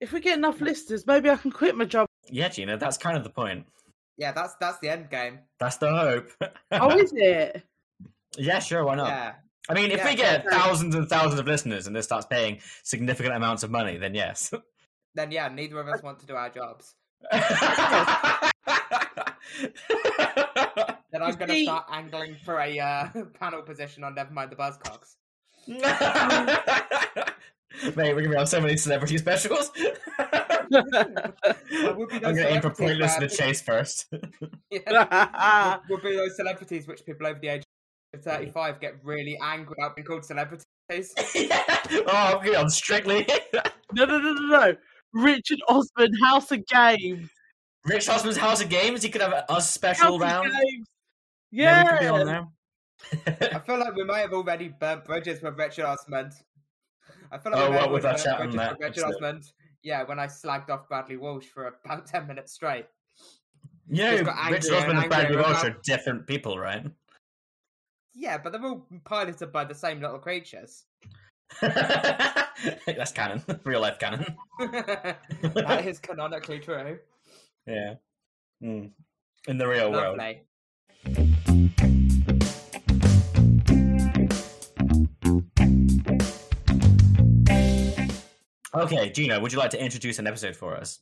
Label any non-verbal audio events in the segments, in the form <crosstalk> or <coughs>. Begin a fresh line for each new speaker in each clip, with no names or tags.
If we get enough listeners, maybe I can quit my
<laughs>
job.
Yeah, Gina, that's kind of the point.
Yeah, that's that's the end game.
That's the hope.
Oh, is it?
<laughs> yeah, sure, why not?
Yeah.
I mean, if
Yeah,
we get
yeah.
thousands and thousands of listeners and this starts paying significant amounts of money, then
<laughs>
yes. <laughs>
Then yeah, neither of us want to do our jobs.
no,
Then I'm
You
going to
see-
start angling for a uh, <laughs> panel position on Nevermind the Buzzcocks.
Mate, we're gonna be on so many celebrity specials. <laughs>
There would be no
I'm gonna aim for
celebrities
pointless Ah.
where
to chase first. <laughs>
<laughs> Yeah.
yeah,
Would be those celebrities which people over the age of 35 get really angry about being called celebrities.
Oh, I'm gonna be on strictly. <laughs>
No, no, no, no, no. Richard Osman, House of Games.
Rich Husband's House of Games. He could have us
House
special
of
round.
Games.
Yeah, we
Yeah.
could be on there.
I feel like we may have already burnt bridges with Richard Osmond. I feel
Oh,
like we may
what
have
with
already
that
burnt
chat and
bridges
that
with Richard
episode?
Osmond. Yeah, when I slagged off Bradley Walsh for about <laughs> 10 minutes straight. Just got
yeah,
angrier
Rich Husband and
and
Bradley
angrier
Walsh
about-
are different people, right? <laughs>
Yeah, but they're all piloted by the same little creatures.
That's canon. <laughs> Real life canon.
<laughs> that is canonically true.
Yeah. Mm. In the real world. <laughs>
Lovely.
Okay, Gina, would you like to introduce an episode for us?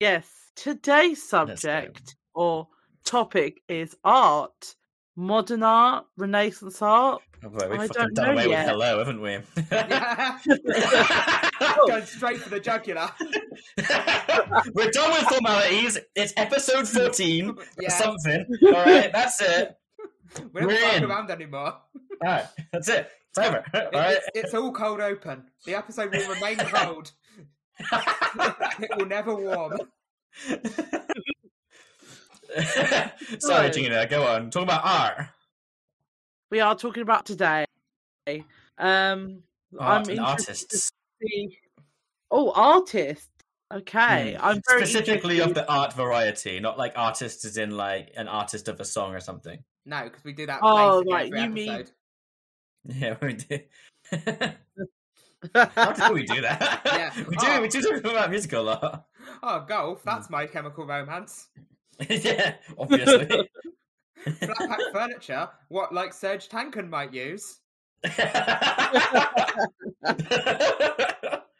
Yes. Today's
go.
subject or topic is art. Modern art, Renaissance art.
Oh, boy, we've
I
fucking
don't
done
know
away
yet.
with hello, haven't we? <laughs>
<laughs>
Yeah, going straight for the jugular.
We're done with formalities. It's episode 14 or
<laughs> Yeah,
something. All right, that's it.
we don't
we're
fuck
in.
around anymore.
All right, that's it. It's over. All
It-
right. <laughs>
it's, it's all cold open. The episode will remain cold. <laughs> it will never warm.
Sorry,
No.
Gina. Go on. Talk about art.
We are talking about today. Um,
Art
interested
and
to
artists.
see- Oh, artist. Okay,
Mm.
I'm very
Specifically
interested-
of the art variety, not like artists as in like an artist of a song or something. <laughs>
No, because we do that.
Oh,
basically
right,
every
you mean-
episode.
Yeah, we do. <laughs> How do we do that?
Yeah.
<laughs> we do. We do talk about music a lot. <laughs>
Oh, golf. That's my chemical romance.
yeah, obviously. <laughs>
Flat pack furniture. What, like Serge Tankin might use?
oh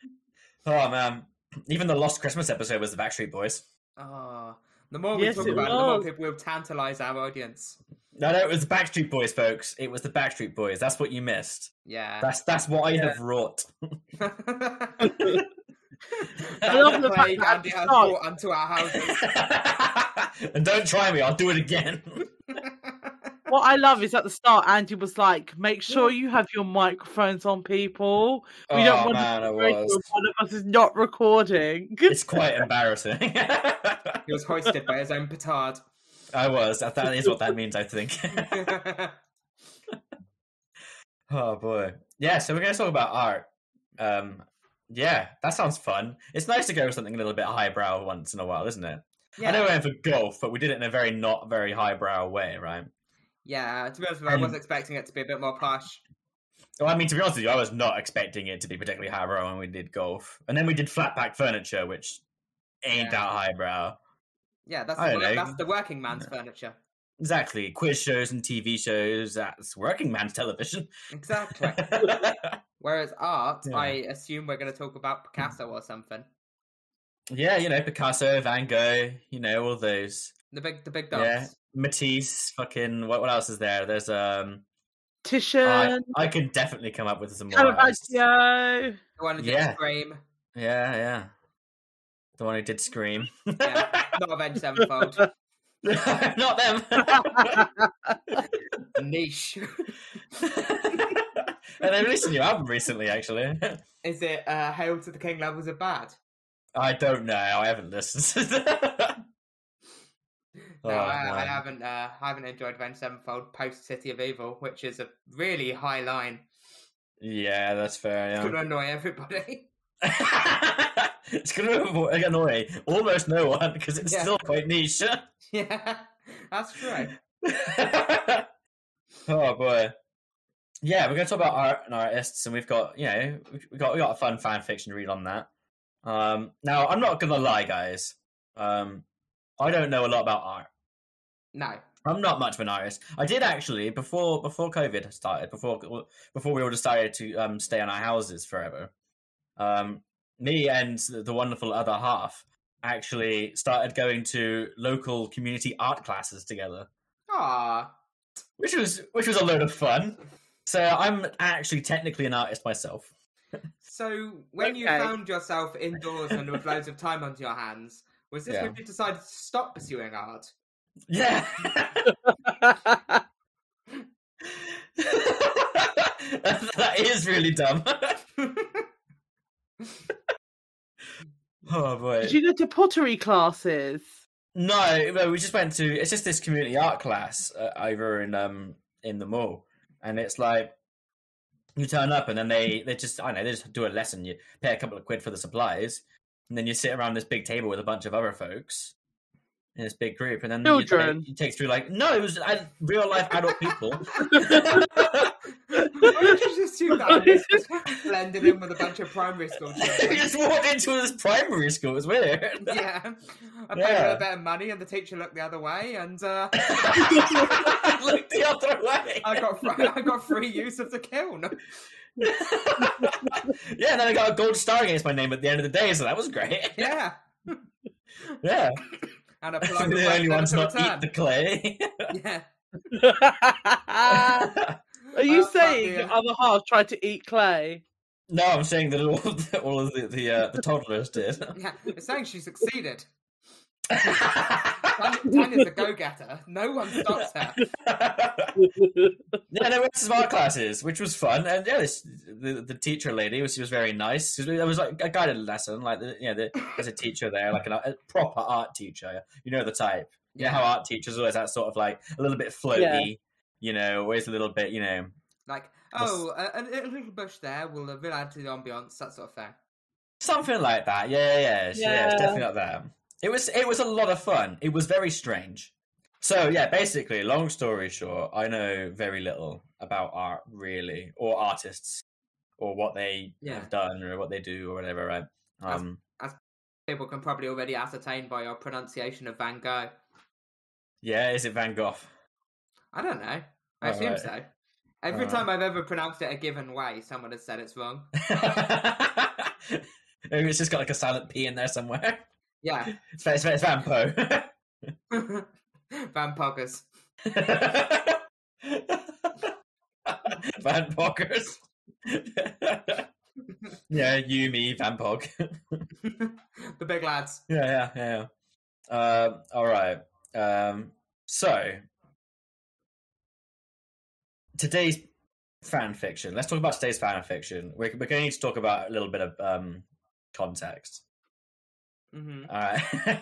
man, even the Lost Christmas episode was the Backstreet Boys.
Oh, the more we
Yes,
talk
it
about it, the more
was.
people will tantalise our audience.
No, no, it was the Backstreet Boys, folks. It was the Backstreet Boys. That's what you missed.
Yeah.
That's that's what I have wrought.
<laughs>
I love
That's
the fact
plague
that
Andy
at the
has
start-
brought onto our houses.
<laughs> and don't try me. I'll do it again. <laughs>
what I love is at the start, Andy was like, "Make sure you have your microphones on, people. We
oh
don't want
man,
to
I
be worried
was.
when one of us is not recording."
It's quite embarrassing. <laughs>
he was hoisted by his own petard. <laughs>
I was. That- that is what that means. I think. <laughs> Oh boy. Yeah, so we're gonna talk about art. Um yeah, that sounds fun. It's nice to go with something a little bit highbrow once in a while, isn't it? I know we went for golf, but we did it in a very not very highbrow way, right?
Yeah, to be honest with you, I was
Um,
expecting it to be a bit more posh.
Well, I mean, to be honest with you, I was not expecting it to be particularly highbrow when we did golf, and then we did flat pack furniture, which ain't
Yeah.
that highbrow.
Yeah, that's
I
the,
don't
work,
know.
that's the working man's furniture.
Exactly, quiz shows and TV shows. That's working man's television. <laughs>
Exactly. Whereas art,
Yeah.
I assume we're going to talk about Picasso or something.
yeah, you know Picasso, Van Gogh, you know all those.
The big, the big dogs.
Yeah. Matisse, fucking what? What else is there? There's um, I,
Titian,
I can definitely come up with some more. artists. Yeah, <laughs>
Caravaggio.
The one who did
Yeah. <laughs>
Scream,
yeah, the one who did Scream. <laughs>
Yeah. not Avenged Sevenfold,
Not them. <laughs>
niche. <laughs>
and they released a new album recently. Actually, <laughs>
Is it uh, Hail to the King levels of bad?
I don't know. I haven't listened. <laughs>
No,
Oh,
I, I
man.
haven't. Uh, I haven't enjoyed Avenged Sevenfold post City of Evil, which is a really high line.
Yeah, that's fair.
It's
Yeah.
going to annoy everybody.
<laughs>
<laughs>
it's gonna annoy- annoy almost no one because it's
Yeah.
still quite niche. <laughs>
<laughs> yeah, that's true.
oh boy. Yeah, we're gonna talk about art and artists, and we've got you know we have got we got a fun fan fiction read on that. Um, now, I'm not gonna lie, guys. Um, I don't know a lot about art.
No.
I'm not much of an artist. I did actually before before COVID started, before before we all decided to um, stay in our houses forever. Um, me and the wonderful other half actually started going to local community art classes together,
Ah.
which was which was a load of fun. So I'm actually technically an artist myself.
So when you
Okay.
found yourself indoors and with loads of time on your hands, was this
Yeah.
when you decided to stop pursuing art? <laughs>
Yeah. <laughs> that is really dumb. <laughs> oh boy.
Did you go to pottery classes?
No, no, we just went to. It's just this community art class uh, over in um in the mall, and it's like you turn up and then they they just I don't know they just do a lesson. You pay a couple of quid for the supplies, and then you sit around this big table with a bunch of other folks in this big group, and then you-
Children.
You, take through like no, it was uh, real life adult people. <laughs>
Why did you just <laughs>
<laughs>
do that? Blended in with a bunch of primary school
we <laughs>
children.
just walked into this primary school. It's weird. <laughs>
Yeah. I paid her
Yeah.
a bit of money and the teacher looked the other way and uh,
Look the other way.
I got fr- <laughs> I got free use of the kiln.
yeah, and then I got a gold star against my name at the end of the day, so that was great.
Yeah.
Yeah,
And
I'm
a <laughs>
<laughs>
polite
the only one
request
to not
never to
eat the
return.
clay.
Yeah.
Are you
Uh, but
saying
the-
your other half tried to eat clay?
<laughs> no, I'm saying that all, that all of the the, uh, the toddlers did.
Yeah. It's
<laughs>
saying she succeeded.
yeah,
Tan, Tan is a go getter. No one stops her.
no, went to smart classes, which was fun, and yeah, this, the the teacher lady was she was very nice. 'Cause It was like a guided lesson, like the, you know, the, there's a teacher there, like an, art- a proper art teacher. You know the type. You know how art teachers always that sort of like a little bit floaty. You know, always a little bit. You know,
Like, oh, a, a little little bush there will uh, really add to the ambiance, that sort of thing.
Something like that. Yeah, yeah, yeah. It's- yeah, it's
Yeah.
definitely like that. It was it was a lot of fun. It was very strange. So yeah, basically, long story short, I know very little about art really, or artists, or what they
Yeah.
have done, or what they do, or whatever. Right?
That's-
Um,
People can probably already ascertain by your pronunciation of Van Gogh.
yeah, is it Van Gogh? <laughs>
I don't know. I assume
Alright.
so. Every
Alright.
time I've ever pronounced it a given way, someone has said it's wrong.
Maybe it's just got like a silent P in there somewhere. <laughs>
Yeah. <laughs>
It's, Van- it's, Van- it's Van Po.
Van Poggers.
<laughs> Van Poggers. <laughs> yeah, you, me, Van Pog.
the big lads.
<laughs> Yeah, yeah, yeah. yeah. Um, all right. Um, so, today's fan fiction. Let's talk about today's fan fiction. We're, we're going to need to talk about a little bit of um, context.
hmm
All right.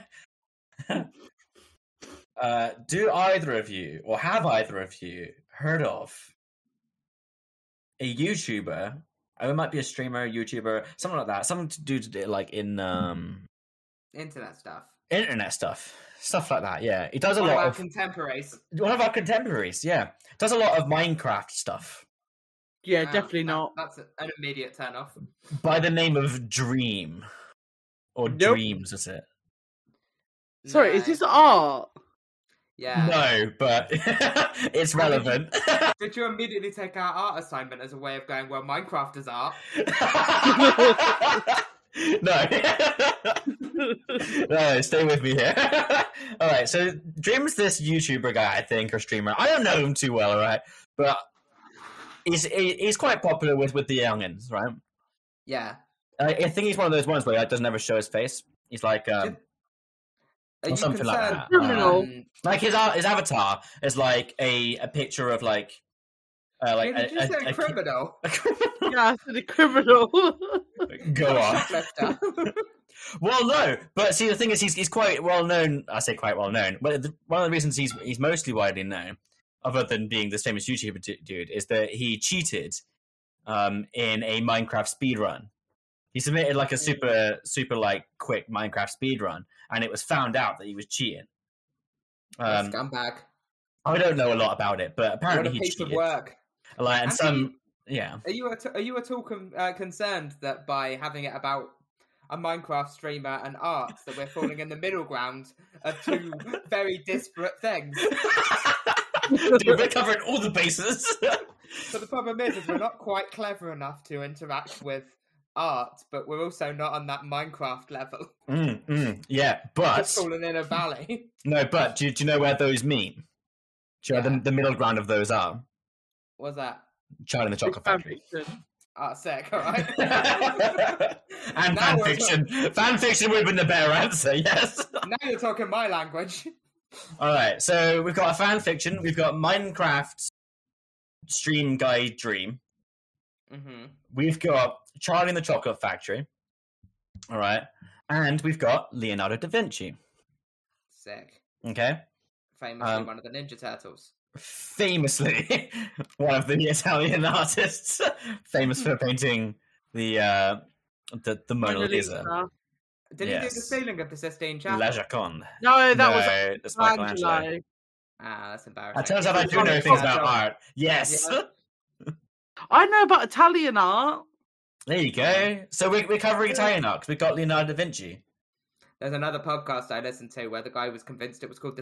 <laughs> uh, do either of you, or have either of you, heard of a YouTuber? Oh, it might be a streamer, YouTuber, something like that. Something to do to, like in um,
Internet stuff.
internet stuff, stuff like that. Yeah, he does a
One of
lot
our
of
contemporaries.
one of our contemporaries. Yeah, does a lot of Minecraft stuff
Yeah,
Ah,
definitely
that-
not.
That's an immediate turn
<laughs>
off.
by the name of Dream, or
Nope.
Dreams is it?
Sorry, is this art?
Yeah.
No, but <laughs> it's relevant.
Did you immediately take our art assignment as a way of going, well, Minecraft is art?
no. no, stay with me here. all right, so Dream's this YouTuber guy, I think, or streamer. I don't know him too well, all right? But he's he- he's quite popular with with the youngins, right?
Yeah.
I, I think he's one of those ones where he like, doesn't ever show his face. He's like, um,
Are
Or
you
something like
concerned-
that.
Criminal.
Um,
like his a- his avatar is like a, a picture of like, uh, like
did you
a,
say
a, a,
criminal?
Yeah, I said a criminal.
<laughs> go Um,
Not
on.
shoplifter.
<laughs> Well, no, but see, the thing is, he's, he's quite well known. I say quite well known. But the, one of the reasons he's he's mostly widely known, other than being this famous YouTuber d- dude, is that he cheated um, in a Minecraft speedrun. He submitted like a super super like quick Minecraft speedrun, and it was found out that he was cheating. Um,
Scumbag.
I don't know a lot about it, but
What
apparently
a
he
piece of
cheated.
work.
Like, and
Have
some, yeah.
Are you at, are you at all con uh, concerned that by having it about a Minecraft streamer and art that we're falling in the middle ground of
<laughs>
two very disparate things.
Dude, we're covering all the bases. <laughs>
But the problem is, is we're not quite clever enough to interact with art, but we're also not on that Minecraft level. <laughs>
Mm, mm, yeah,
We're
but <laughs>
falling in a valley.
no, but do, you- do you know where those meet? Do you know where
Yeah.
the, the middle ground of those are?
Was that
Charlie and the Chocolate
Fan
Factory.
fiction.
art sick? All right.
<laughs> and
Now
fan
we're-
fiction. Fan fiction would have been the better answer, yes.
now you're talking my language.
All right, so we've got a fan fiction. We've got Minecraft stream guide dream.
<laughs> Mm-hmm.
We've got Charlie and the Chocolate Factory. All right, and we've got Leonardo da Vinci.
Sick.
Okay,
Famously,
Um,
one of the Ninja Turtles.
famously <laughs> one of the Italian <laughs> artists, famous for painting the uh, the the Mona Lisa.
Did he do the
yes.
ceiling of the Sistine Chapel?
La Gioconde.
No, Oh, that
no,
was
it's Michelangelo.
Michelangelo.
Ah, that's embarrassing.
It turns out I do
Oh,
know
it's
things about
Michelangelo.
art. Yes.
Yeah.
<laughs> I know about Italian
<laughs>
art.
There you go. So we're, we're covering Italian art because we got Leonardo da Vinci.
There's another podcast I listened to where the guy was convinced it was called the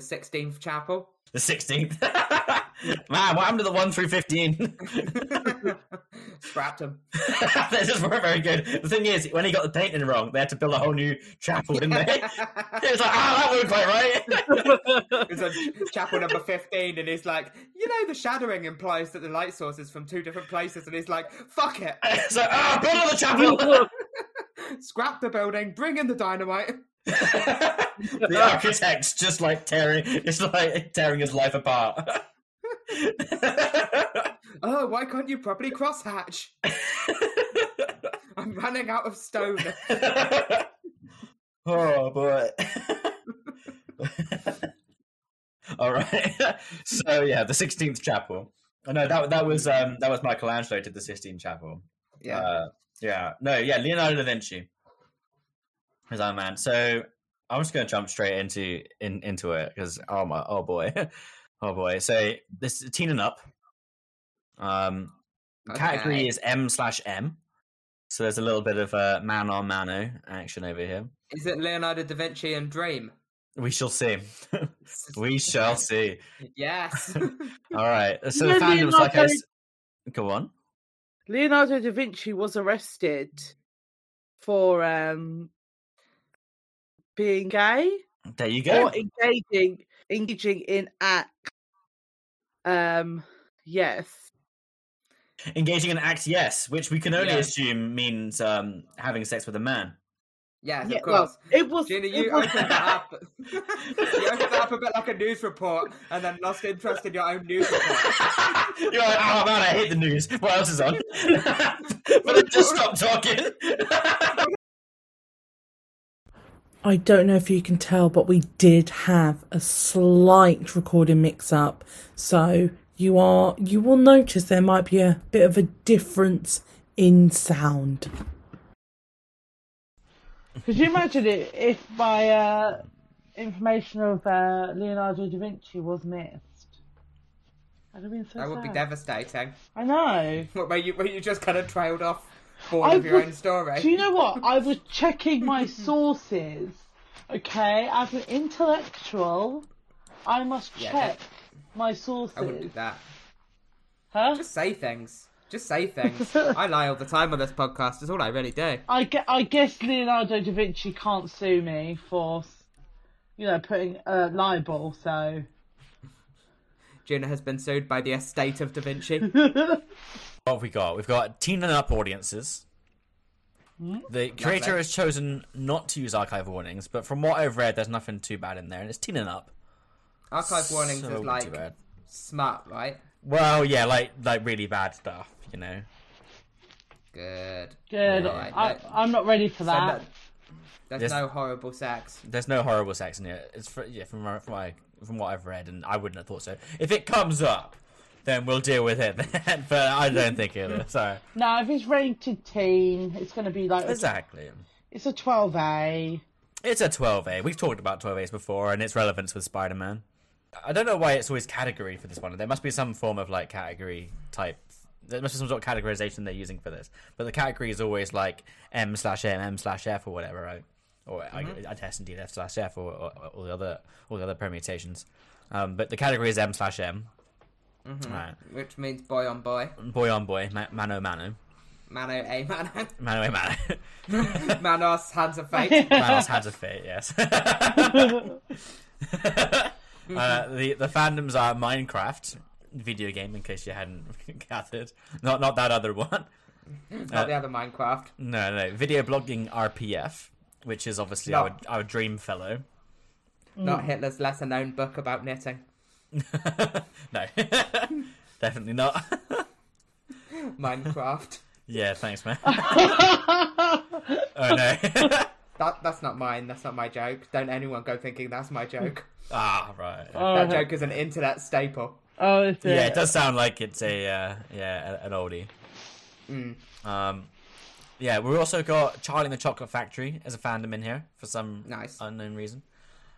<laughs>
16th Chapel.
The 16th. Man, what happened to the 1 through 15? <laughs>
Scrapped him.
they just weren't very good. The thing is, when he got the painting wrong, they had to build a whole new chapel, didn't they? <laughs> It was like, ah, that wasn't quite right. <laughs>
<laughs> It's on chapel number 15, and he's like, You know, the shadowing implies that the light source is from two different places, and he's like, Fuck it.
It's like, ah, build
<laughs>
another chapel.
Scrap the building, bring in the dynamite.
<laughs> the architect's just like tearing, just like tearing his life apart. <laughs>
Oh, why can't you
<laughs>
properly crosshatch? I'm running out of stone.
Uh, <laughs> oh boy. All right. <laughs> so yeah, the Sixteenth Chapel. Oh, no, that that was um, that was Michelangelo did the Sistine Chapel.
Yeah.
Uh, yeah. No. Yeah. Leonardo da Vinci is our man. So I'm just going to jump straight into in, into it because oh my oh boy <laughs> oh boy. So this is Teen and Up. Um, category
Okay.
is M slash M. So there's a little bit of uh, man on mano action over here.
Is it Leonardo da Vinci and Dream?
We shall see. <laughs> we
<laughs>
shall see. <laughs>
Yes.
All right. So
No,
fandoms like I
Leonardo-
s- go on.
Leonardo da Vinci was arrested for um, being gay
There you go.
or engaging engaging in act. Um, yes,
Engaging in acts, yes, which we can only
Yeah.
assume means um, having sex with a
<laughs>
man.
yes,
Yeah,
of
well,
course.
it was.
Gina,
it
you
was-
opened that up.
<laughs>
you opened that up a bit like a news report and then lost interest in your own news report.
You're like, oh man, I hate the news. What else
<laughs>
is on? <laughs> but I just stopped talking.
I don't know if you can tell, but we did have a slight recording mix up. So you are you will notice there might be a bit of a difference in sound.
Could you imagine it if my uh, information of uh, Leonardo da Vinci was missed? That'd have been so
That would be
sad.
devastating.
I know.
What, where, you, where you just kind of trailed off bored
I
of your
would-
own story.
Do you know what? I was checking my sources. Okay, as an intellectual, I must
Yeah,
check
that-
my
I wouldn't do
sources.
that.
Huh?
Just say things. Just
<laughs>
say things. I lie all the time on this podcast. It's all I really do.
I, gue- I guess Leonardo da Vinci can't sue me for, you know, putting uh, libel. So
Gina has been sued by the estate of Da Vinci.
what have we got? We've got teen and up audiences. The creator has chosen not to use archive warnings, but from what I've read, there's nothing too bad in there, and it's teen and up.
Archive warnings
So
is
not too
like
bad.
smart, right?
Well, yeah, like like really bad stuff, you know.
Good.
good.
Yeah,
I,
that-
I'm not ready for
So
that.
no- there's
Yes.
no horrible sex.
There's no horrible sex in it. It's fr yeah, from my- from my from what I've read, and I wouldn't have thought so. If it comes up, then we'll deal with it. <laughs> Then. but I don't think it is. Sorry.
No, if it's rated teen, it's going to be like a,
Exactly.
it's a <laughs> 12A.
It's a 12A. We've talked about 12As before and its relevance with Spider Man. I don't know why it's always category for this one. There must be some form of like category type there must be some sort of categorization they're using for this. But the category is always like M slash M, M slash F, or whatever, right? Or I, I test indeed F slash F, or, or, or all the other all the other permutations. Um, but the category is M slash M. Right.
Which means boy on boy.
Boy on boy, ma- mano mano,
Mano a <laughs> mano.
mano a mano.
Manos, hands of
<laughs>
fate.
Manos had a fit, yes. <laughs> uh, the the fandoms are Minecraft video game, in case you hadn't <laughs> gathered. Not not that other one. <laughs>
Not the other Minecraft.
No, no. Video blogging RPF, which is obviously
No.
our our dream fellow. <laughs>
Not Hitler's lesser known book about knitting.
no, <laughs> definitely not. <laughs>
Minecraft.
yeah, thanks, man. oh no. <laughs>
That that's not mine. That's not my joke. Don't anyone go thinking that's my joke.
ah, right.
That joke is an internet staple.
Oh, it's
yeah, it does sound like it's a uh, yeah a- an oldie.
Mm.
Um, yeah, we also got Charlie and the Chocolate Factory as a fandom in here for some
Nice.
unknown reason.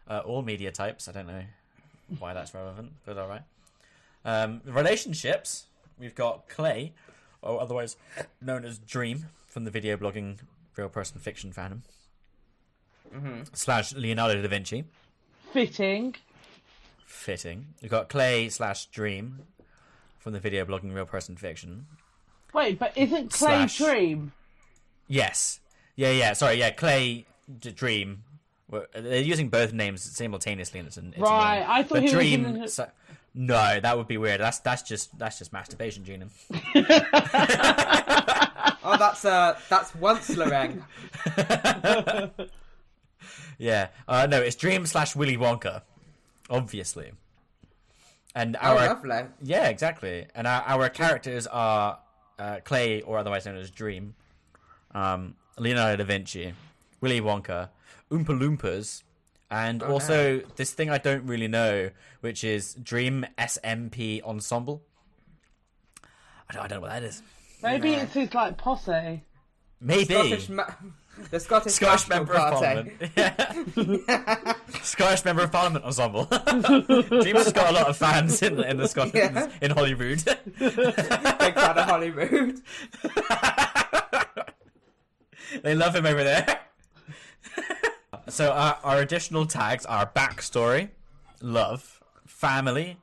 Uh, all media types, I don't know why that's relevant, but all right. Um, relationships, we've got Clay, or otherwise known as Dream from the video blogging real person fiction fandom. Slash Leonardo da Vinci
Fitting.
fitting. We've got Clay slash Dream from the video blogging Real Person Fiction.
Wait, but isn't Clay
Slash.
Dream?
Yes. Yeah, yeah. Sorry, yeah. Clay D- Dream. We're- They're using both names simultaneously, and it's, an, it's
Right,
annoying.
I thought
But
he was
Dream.
using the-
so- no, that would be weird. That's that's just that's just masturbation, Gina.
Oh, that's uh, that's once
<laughs>
Lorraine.
Yeah. Uh, no, it's Dream slash Willy Wonka, obviously. And
Oh,
our
lovely.
Yeah, exactly. And our, our characters are uh, Clay, or otherwise known as Dream, um, Leonardo da Vinci, Willy Wonka, Oompa Loompas, and
Oh,
also this thing I don't really know, which is Dream SMP Ensemble. I don't, I don't know what that is.
Maybe
Yeah.
it's his like posse.
Maybe.
Scottish ma- <laughs> the Scottish,
Scottish
National
member of
Party. <laughs>
parliament. Yeah. Scottish member of parliament ensemble. <laughs> Dream's got a lot of fans in, in the Scotland,
Yeah.
in Holyrood.
Big
<laughs>
fan of Hollywood.
they love him over there. <laughs> so our, our additional tags are backstory, love, family,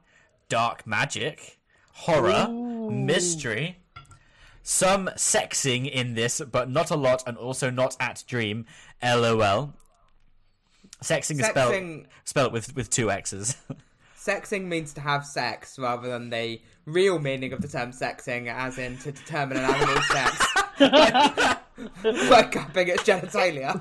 dark magic, horror, mystery, some sexing in this, but not a lot, and also not at dream. LOL. Sexing, is spelled
Sexing-
spelled with with two X's. <laughs>
Sexing means to have sex, rather than the real meaning of the term sexing, as in to determine an animal's sex. <laughs> By cupping
<laughs>
its genitalia.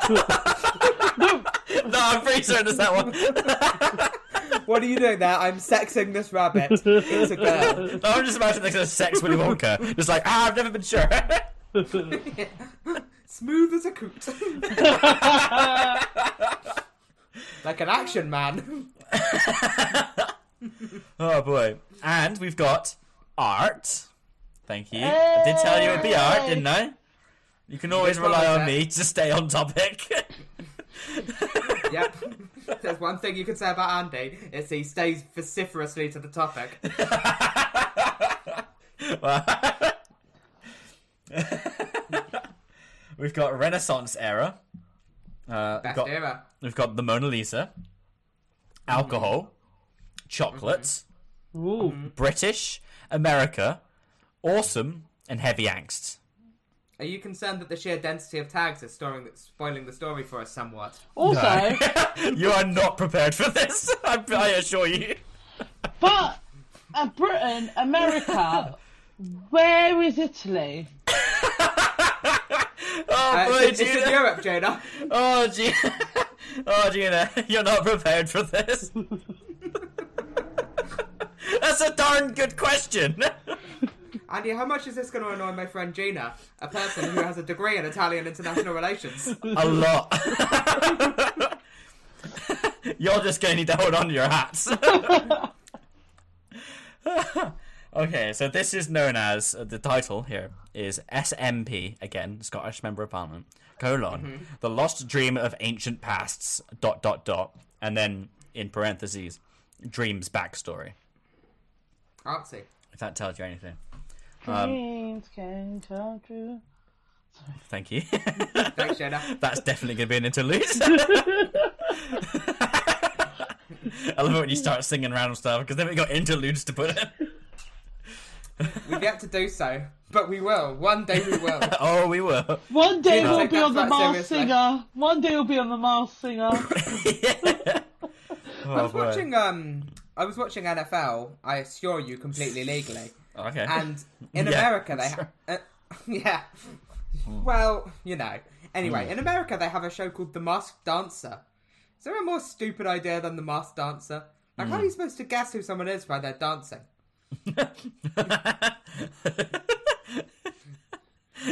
no, I'm pretty certain it's that one.
What are you doing there? I'm sexing this rabbit. It's a girl. <laughs>
No, I'm just imagining they're gonna sex Willy Wonka. Just like ah, I've never been sure. <laughs>
Smooth as a coot. <laughs> like an action man.
<laughs> Oh boy. And we've got art. Thank you. I did tell you it'd be art, didn't I? You can always
did promise
rely on
that.
me to stay on topic. <laughs>
Yep. <laughs> There's one thing you can say about Andy, it's he stays vociferously to
<laughs>
the topic.
we've got Renaissance era. Uh, we've,
Best
got,
era. Mm-hmm.
we've got the Mona Lisa, alcohol, chocolates,
Mm-hmm.
Ooh.
British, America, awesome, and heavy angst.
Are you concerned that the sheer density of tags is storing, spoiling the story for us somewhat?
<laughs> Also,
You are not prepared for this. <laughs> I, I assure you.
<laughs> but uh, Britain, <laughs> America, where is Italy?
Oh,
Uh,
boy,
it's, in- it's
Gina.
in Europe, Jonah.
<laughs> Oh, Gina. Oh, Gina, you're not prepared for this. <laughs> That's a darn good question. <laughs>
Andy, how much is this going to annoy my friend Gina, a person who has a degree in Italian international relations?
a lot. <laughs> you're just going to need to hold on to your hats. <laughs> okay, so this is known as uh, the title here is SMP again, Scottish Member of Parliament colon the lost dream of ancient pasts dot dot dot and then in parentheses dreams backstory
Artsy.
if that tells you anything. Um,
dreams came true.
Thank you. <laughs>
Thanks, Jenna.
That's definitely going to be an interlude. I love it when you start singing random stuff because then we got interludes to put in.
We've yet to do so, but we will. One day we will.
<laughs> oh, we
<laughs>
were.
One day
Yeah.
we'll
Take
be
that
on the
quite
Mars
seriously.
Singer. One day we'll be on the Mars <laughs> Singer.
I
Oh,
was watching um I was watching NFL. I assure you, completely legally.
Okay.
<laughs> And in
Yeah,
America, they ha- uh, <laughs> yeah. Well, you know. Anyway, in America, they have a show called The Masked Dancer. Is there a more stupid idea than The Masked Dancer? Like, how are you supposed to guess who someone is by their dancing?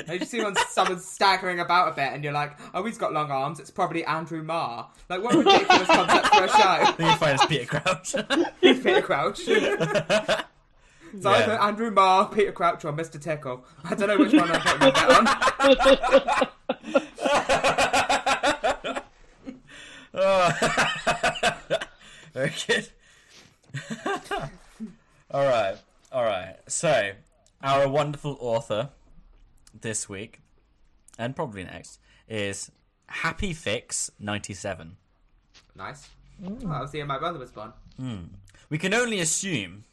You just see one, someone staggering about a bit, and you're like, "Oh, he's got long arms. It's probably Andrew Marr." Like, what a ridiculous concept for a show?
then you find it's Peter
<laughs>
Crouch. <laughs>
Peter Crouch. it's either
Yeah.
Andrew Marr, Peter Crouch, or Mr. Tickle. I don't know which one I'm putting my bet on.
Oh. Very good. <laughs> all right, all right. So, our wonderful author this week, and probably next, is Happy Fix ninety seven.
Nice.
Mm.
Oh, I was the year my brother was born.
We can only assume,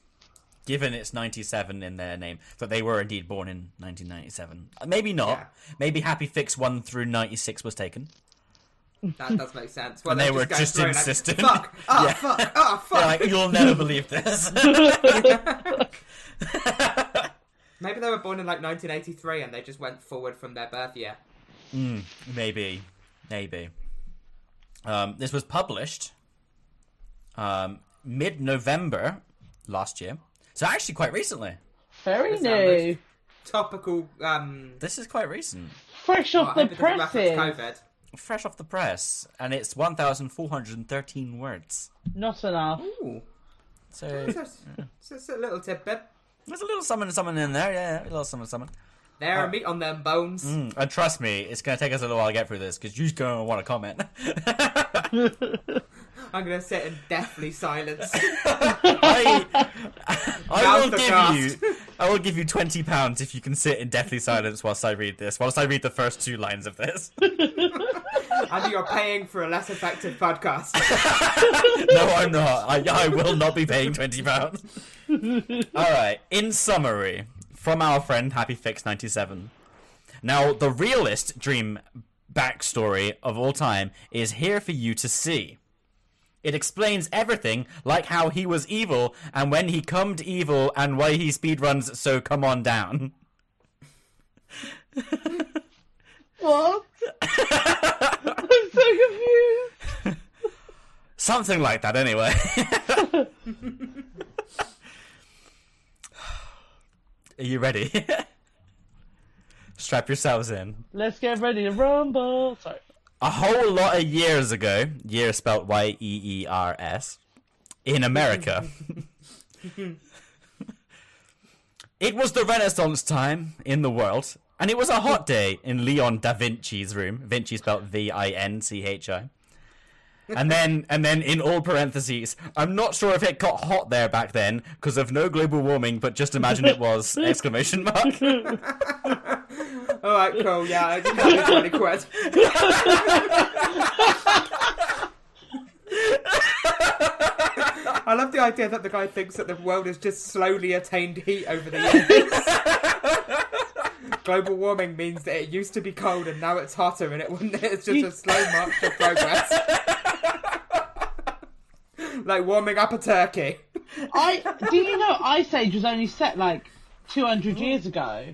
given it's 97 in their name, that they were indeed born in 1997. Uh, Maybe not.
Yeah.
Maybe Happy Fix 1 through 96 was taken. <laughs>
That does make sense. Well,
And they
they're
were
going
just
through,
insistent.
Like, fuck! Ah,
<laughs> Yeah.
fuck! Ah, fuck!
They're like, you'll never believe this. <laughs>
Maybe they were born in like 1983 and they just went forward from their birth year.
Maybe. Maybe. Um, this was published um, mid November last year. So actually, quite recently.
Very
That sounds
new.
Topical. Um,
This is quite recent.
Fresh
I
off
hope
the
it doesn't reference
presses.
COVID.
Fresh off the press. And it's 1,413 words.
Not <laughs> enough.
Ooh,
So
it's just, it's just a little tidbit.
there's a little summon, summon in there. Yeah, yeah, a little summon, summon.
There are meat on them bones.
Uh, Mm, And trust me, it's going to take us a little while to get through this because you're going to want to
<laughs>
comment.
I'm gonna sit in deathly silence.
I, I will
Mouth the
give
cast.
you, I will give you twenty pounds if you can sit in deathly silence whilst I read this, whilst I read the first two lines of this.
and you're paying for a less effective podcast.
<laughs> no, I'm not. I, I will not be paying twenty pounds. All right. In summary, from our friend Happy Fix ninety seven. Now, the realest dream backstory of all time is here for you to see. It explains everything, like how he was evil and when he cummed evil and why he speedruns. So come on down.
What? <laughs> I'm so confused.
Something like that, anyway. <laughs> Are you ready? <laughs> Strap yourselves in.
Let's get ready to rumble. Sorry.
A whole lot of years ago, year spelt Y E E R S, in <laughs> America. it was the Renaissance time in the world, and it was a hot day in Leon da Vinci's room. Vinci spelt V I N C H I. And then, and then in all parentheses, I'm not sure if it got hot there back then because of no global warming, but just imagine it <laughs> was! Exclamation mark.
All right, cool. Yeah, I just got twenty quid. I love the idea that the guy thinks that the world has just slowly attained heat over the years. Global warming means that it used to be cold and now it's hotter, and it wouldn't- it's just a slow march of progress. like warming up a turkey.
I do you know Ice Age was only set like 200 years ago.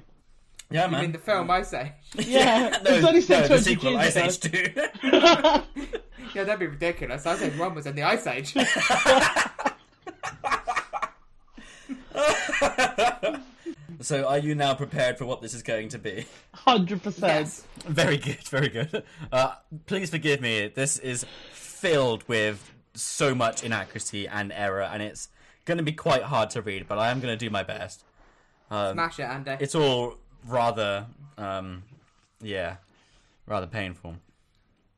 Yeah, man.
I mean, the film, I say.
<laughs>
Yeah,
no,
<laughs> it's only set
no,
200
the sequel,
years
Ice
ago.
Age 2. <laughs>
Yeah, that'd be ridiculous. Ice Age 1 was in the Ice Age.
So, are you now prepared for what this is going to be?
100%.
Yes.
<laughs> Very good, very good. Uh, please forgive me. This is filled with so much inaccuracy and error, and it's going to be quite hard to read. But I am going to do my best.
Smash it, Andy.
It's all rather, um, yeah, rather painful.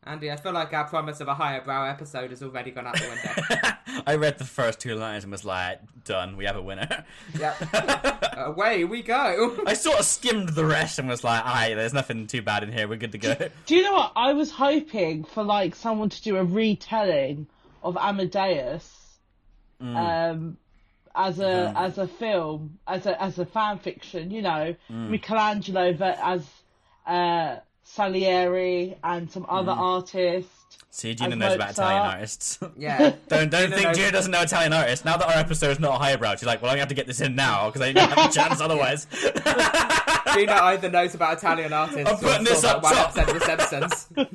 Andy, I feel like our promise of a higher brow episode has already gone out the window.
I read the first two lines and was like, done, we have a winner. <laughs>
Yep. Away we go.
I sort of skimmed the rest and was like, aye, there's nothing too bad in here, we're good to go. <laughs>
Do you know what? I was hoping for like someone to do a retelling of Amadeus,
Mm.
um, as a as a film, as a as a fan fiction. You know,
Mm.
Michelangelo but as uh, Salieri and some other
Mm.
artist.
See, Gina
As
knows about
Mozart.
Italian artists. <laughs>
Yeah.
Don't don't
Gina
think
knows-
Gina doesn't know Italian artists. Now that our episode is not a highbrow, she's like, well, I'm gonna have to get this in now because I don't have a chance
<laughs>
otherwise.
Gina either knows about Italian artists
I'm putting
or
this
saw
up
that one
top.
episode of The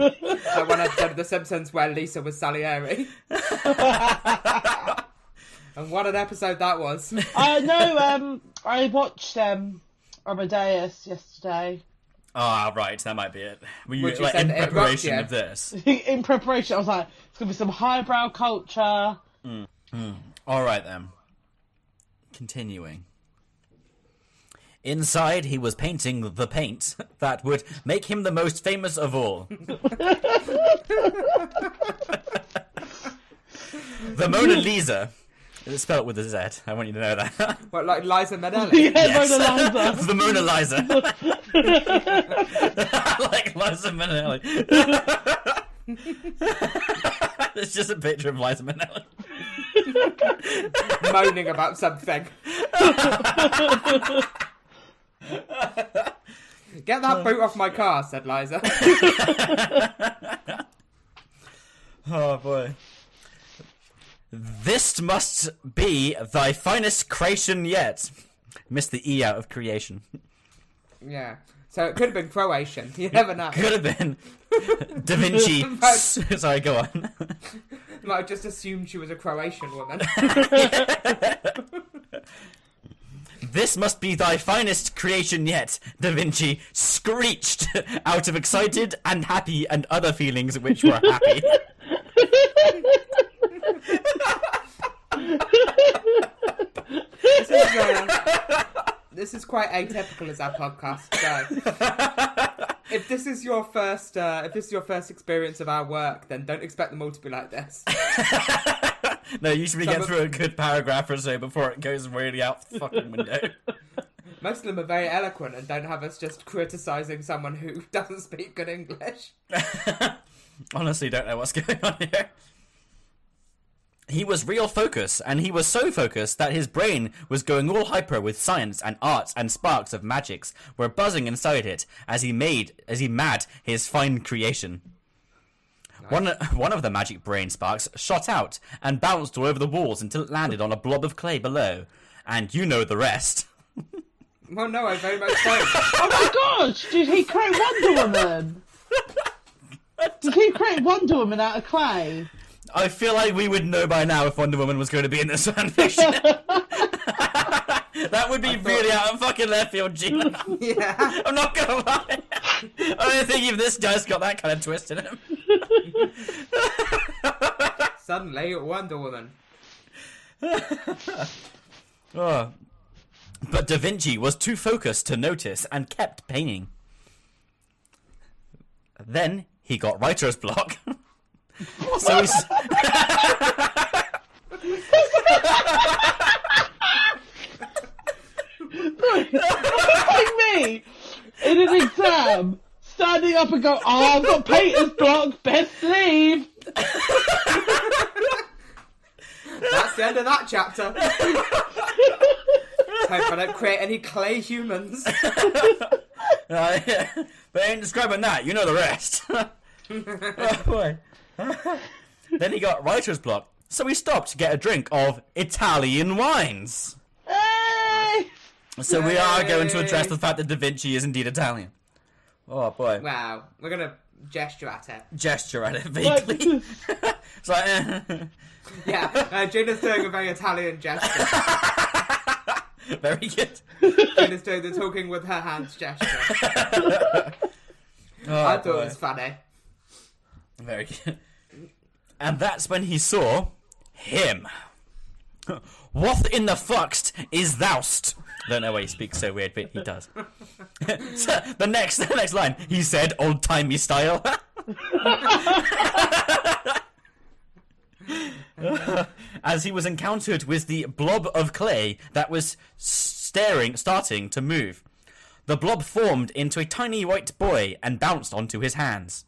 Simpsons. that one episode of The Simpsons where Lisa
<laughs>
was Salieri. and what an episode that was.
<laughs>
I know. Um, I watched um, Amadeus yesterday <laughs>
Ah, right, that might be it. Were you,
Would you
like
say
in
that it rocked
preparation
you?
of
<laughs>
this?
in preparation. I was like, it's gonna be some highbrow culture.
All right then. Continuing. Inside, he was painting the paint that would make him the most famous of
<laughs>
all. the Mona Lisa. It's spelled with a Z. I want you to know that.
What, like Liza Minnelli?
<laughs> Yeah,
Yes.
Mona
<laughs>
Lisa.
the Mona Lisa. <laughs> like Liza Minnelli. <laughs> it's just a picture of Liza Minnelli.
moaning
<laughs>
about something. Get that boot off my car, said Liza.
Oh boy. This must be thy finest creation yet. Missed the E out of creation.
yeah. So it could have been Croatian. <laughs> You never know.
Could have been Da Vinci. <laughs> S- Sorry, go on.
Might have just assumed she was a Croatian woman.
<laughs> This must be thy finest creation yet, Da Vinci screeched out of excited and happy and other feelings which were
<laughs>
happy.
This is, uh, this is quite atypical as our podcast. So, if this is your first, uh, if this is your first experience of our work, then don't expect them all to be like this.
no, you should be
Some
getting
of-
through a good paragraph or so before it goes really out the fucking window.
Most of them are very eloquent and don't have us just criticizing someone who <laughs> doesn't speak good English.
Honestly, don't know what's <laughs> going on here. He was real focus, and he was so focused that his brain was going all hyper with science and arts and sparks of magics were buzzing inside it as he made as he mad his fine creation. One, one of the magic brain sparks shot out and bounced all over the walls until it landed on a blob of clay below. And you know the rest. <laughs>
Well, no, I very much don't. <laughs>
Oh my god! Did he create Wonder Woman? Did he create Wonder Woman out of clay?
I feel like we would know by now if Wonder Woman was going to be in this <laughs> fanfiction. that would be really out of fucking left field, Gina.
yeah.
I'm not gonna lie. I don't think even this guy's got that kind of twist in him.
Suddenly, Wonder Woman.
Oh. But Da Vinci was too focused to notice and kept painting. Then he got writer's block. <laughs> so he's.
Like me in an exam, standing up and go, "Oh, I've got painter's block. Best leave."
That's the end of that chapter. Hope I don't create any clay humans.
Uh, <laughs> yeah. But I ain't describing that. You know the rest. <laughs> Oh, boy. <laughs> then he got writer's block, so he stopped to get a drink of Italian wines.
Hey! <laughs>
So we are going to address
Yay.
the fact that Da Vinci is indeed Italian. Oh boy!
Wow, we're gonna gesture at it.
Gesture at it vaguely. <laughs> it's like, <laughs> eh.
Yeah, uh, Gina's doing a very Italian gesture.
very good. <laughs>
Gina's doing the talking with her hands gesture.
Oh,
I thought
boy.
it was funny.
Very good. And that's when he saw him. What in the fuckst is thou'st? Don't know why he speaks so <laughs> weird, but he does. so the next, the next line, he said, old timey style. <laughs> As he was encountered with the blob of clay that was staring, starting to move. The blob formed into a tiny white boy and bounced onto his hands.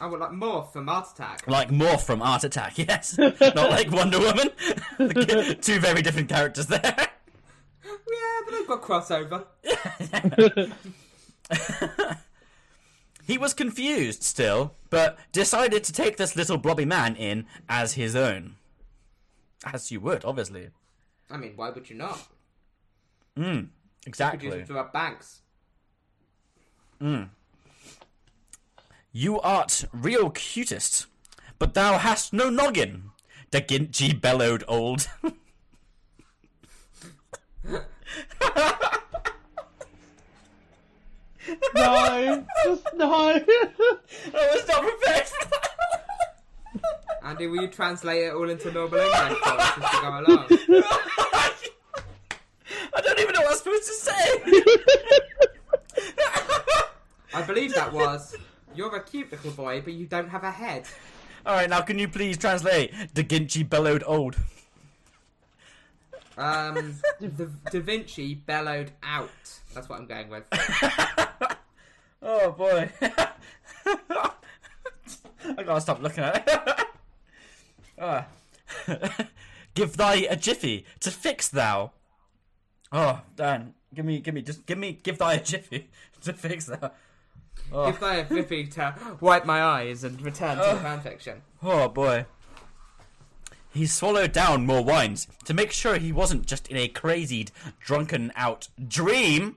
I would like more from Art Attack.
Like more from Art Attack, <laughs> yes. Not like Wonder Woman. <laughs> Two very different characters there. <laughs>
Yeah, but they've got crossover.
He was confused still, but decided to take this little blobby man in as his own. As you would, obviously.
I mean, why would you not? Produce
Exactly.
it throughout banks.
You art real cutest, but thou hast no noggin, the Ginchi bellowed old. <laughs>
No, just no. <laughs>
I was not prepared for that. <laughs>
Andy, will you translate it all into normal English for us as we go along?
I don't even know what I'm supposed to say. <laughs>
I believe that was. You're a cute little boy, but you don't have a head.
Alright, now can you please translate the Ginchi bellowed old? <laughs>
Um, da-, da Vinci bellowed out. That's what I'm going with.
Oh boy. <laughs> I gotta stop looking at it. <laughs> Ah. <laughs> give thy a jiffy to fix thou. Oh, Dan, give me, give me, just give me, give thy a jiffy <laughs> to fix thou. Oh.
If they have Vippy to wipe my eyes and return to the fanfiction.
Oh boy. He swallowed down more wines to make sure he wasn't just in a crazied, drunken out dream,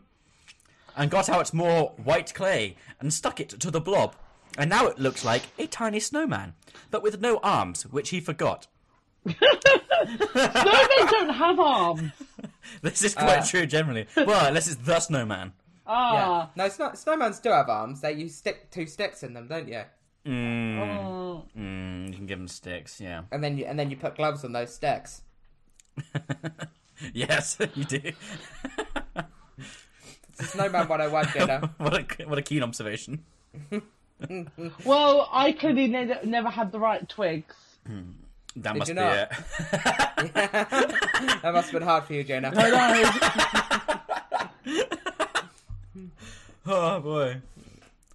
and got out more white clay and stuck it to the blob. And now it looks like a tiny snowman, but with no arms, which he forgot. <laughs>
they don't have arms.
This is quite
Ah.
true
<laughs>
generally. Well, unless it's the snowman.
Ah,
No, snow- snowmen do have arms. They you stick two sticks in them, don't you?
oh,
Mm, you can give him sticks, yeah. <laughs>
And then you and then you put gloves on those sticks.
Yes, <laughs> you do.
Snowman 101 dinner.
<laughs> what, a, what a keen observation.
well, I clearly ne- never had the right
<laughs>
twigs.
That must
you
be
not?
it.
That must have been hard for you, Jonah.
No,
Oh boy.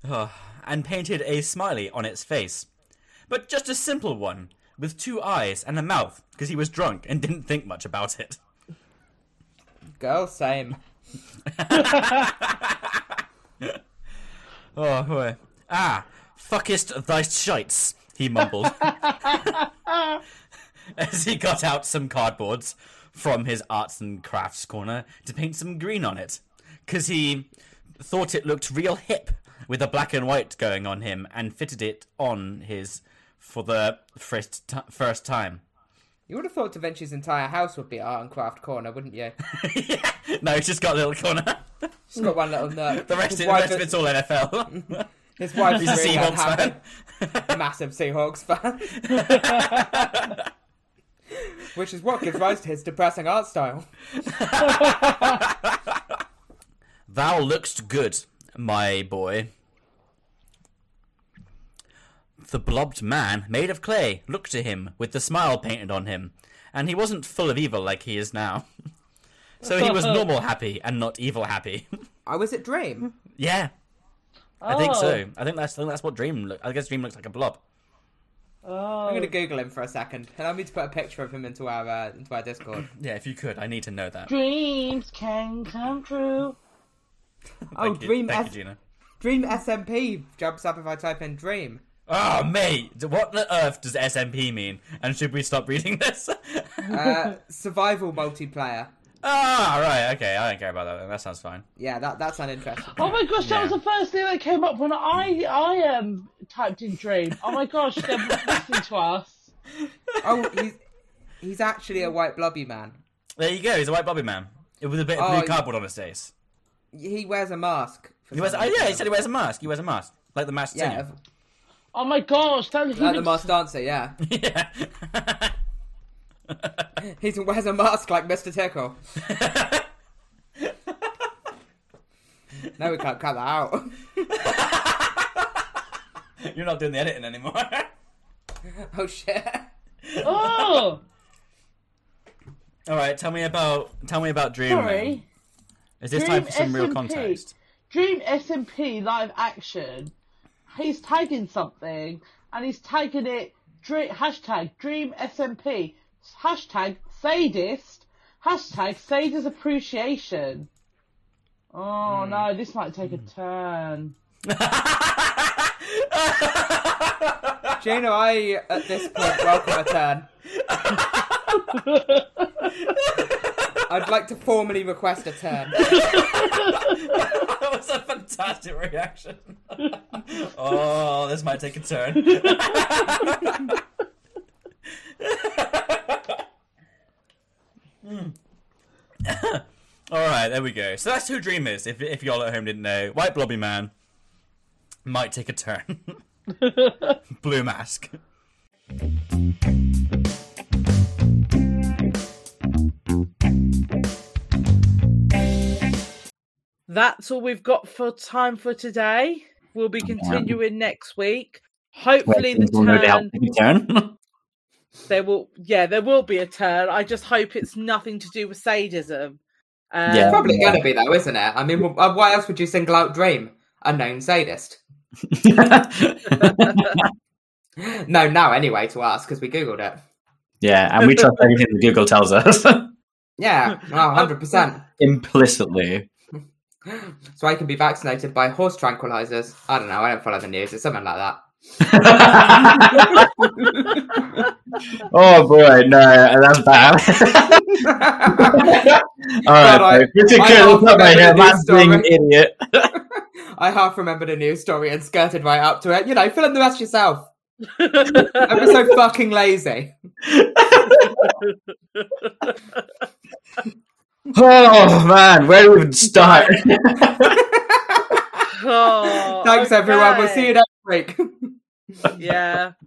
Oh, and painted a smiley on its face. But just a simple one, with two eyes and a mouth, because he was drunk and didn't think much about it.
Girl, same.
Oh boy. Ah, fuckest thy shites, he mumbled. As he got out some cardboards from his arts and crafts corner to paint some green on it, because he thought it looked real hip with the black and white going on him and fitted it on his for the first, t- first time. <laughs>
You would have thought Da Vinci's entire house would be art and craft corner, wouldn't you?
No, he's just got a little corner. <laughs>
She's got one little nerd.
The rest,
his
the
wife
rest of
is-
it's all <laughs> NFL.
His wife
He's a
is really
Seahawks
unhappy.
fan.
Massive Seahawks
<laughs>
fan. Which is what gives rise to his depressing art style.
Thou look'st good, my boy. The blobbed man, made of clay, looked to him with the smile painted on him, and he wasn't full of evil like he is now. <laughs> so he
<laughs>
was normal happy and not evil happy. <laughs>
I was at Dream.
yeah, I think
Oh.
so. I think that's I think that's what Dream look. I guess Dream looks like a blob.
I'm going to Google him for a second. Allow me to put a picture of him into our uh, into our Discord.
<laughs> Yeah, if you could, I need to know that.
Dreams can come true.
oh,
Thank you-
Dream
Thank
S-
you, Gina.
Dream SMP jumps up if I type in Dream.
Oh, mate, d- what the earth does SMP mean? And should we stop reading this? <laughs>
Uh, survival multiplayer.
ah, right, okay, I don't care about that then. That sounds fine.
Yeah, that that's uninteresting.
Oh my gosh, that was
Yeah.
the first thing that came up when I I um typed in dream. Oh my gosh, they're <laughs> listening to us.
<laughs>
Oh, he's he's actually a white blobby man.
There you go. He's a white bobby man. It was a bit of
Oh,
blue
yeah.
cardboard on his face.
He wears a mask. for
He wears.
some
Oh yeah, he
reason.
said he wears a mask. He wears a mask, like the mask
yeah,
singer.
of-
Oh my gosh, that
like the masked dancer. Yeah,
Yeah. <laughs>
he wears a mask like Mr. Tickle. no, we can't cut that out.
You're not doing the editing anymore. <laughs>
Oh shit.
Oh,
All right, tell me about tell me about Dream. then.
sorry.
Is this
Dream
time for some real
SMP.
context?
Dream SMP live action. He's tagging something, and he's tagging it dre- hashtag Dream SMP hashtag sadist hashtag sadist appreciation. Oh
Hmm.
no, this might take a turn.
Jano, I at this point welcome a turn. I'd like to formally request a
<laughs>
turn.
that was a fantastic reaction. oh, this might take a turn. Hmm. <coughs> All right, there we go. So that's who Dream is. If if y'all at home didn't know, White Blobby Man might take a turn. <laughs> Blue Mask.
That's all we've got for time for today. We'll be continuing next week. Hopefully, the
Will no doubt
turn
take a turn.
there will yeah there will be a turn. I just hope it's nothing to do with sadism. Um,
Yeah.
Probably gonna be though, isn't it? I mean, wh- uh, why else would you single out Dream? Unknown sadist. <gasps> No, now anyway to us because we googled it.
<laughs> yeah, and we trust everything that Google tells us <laughs>
Yeah, hundred percent.
implicitly.
So I can be vaccinated by horse tranquilizers. I don't know. I don't follow the news. It's something like that.
oh <laughs> boy, no, that's bad. <laughs> All
God, I-
right, Richard
I
Curtis,
laughed
not right
at
here.
this
That's being an
story.
idiot.
<laughs> I half remembered a news story and skirted right up to it. You know, fill in the rest yourself. I was so fucking lazy.
Oh man, where do we even start?
Oh, <laughs>
<laughs> Thanks, everyone. We'll see you
Um, okay.
next week.
Yeah.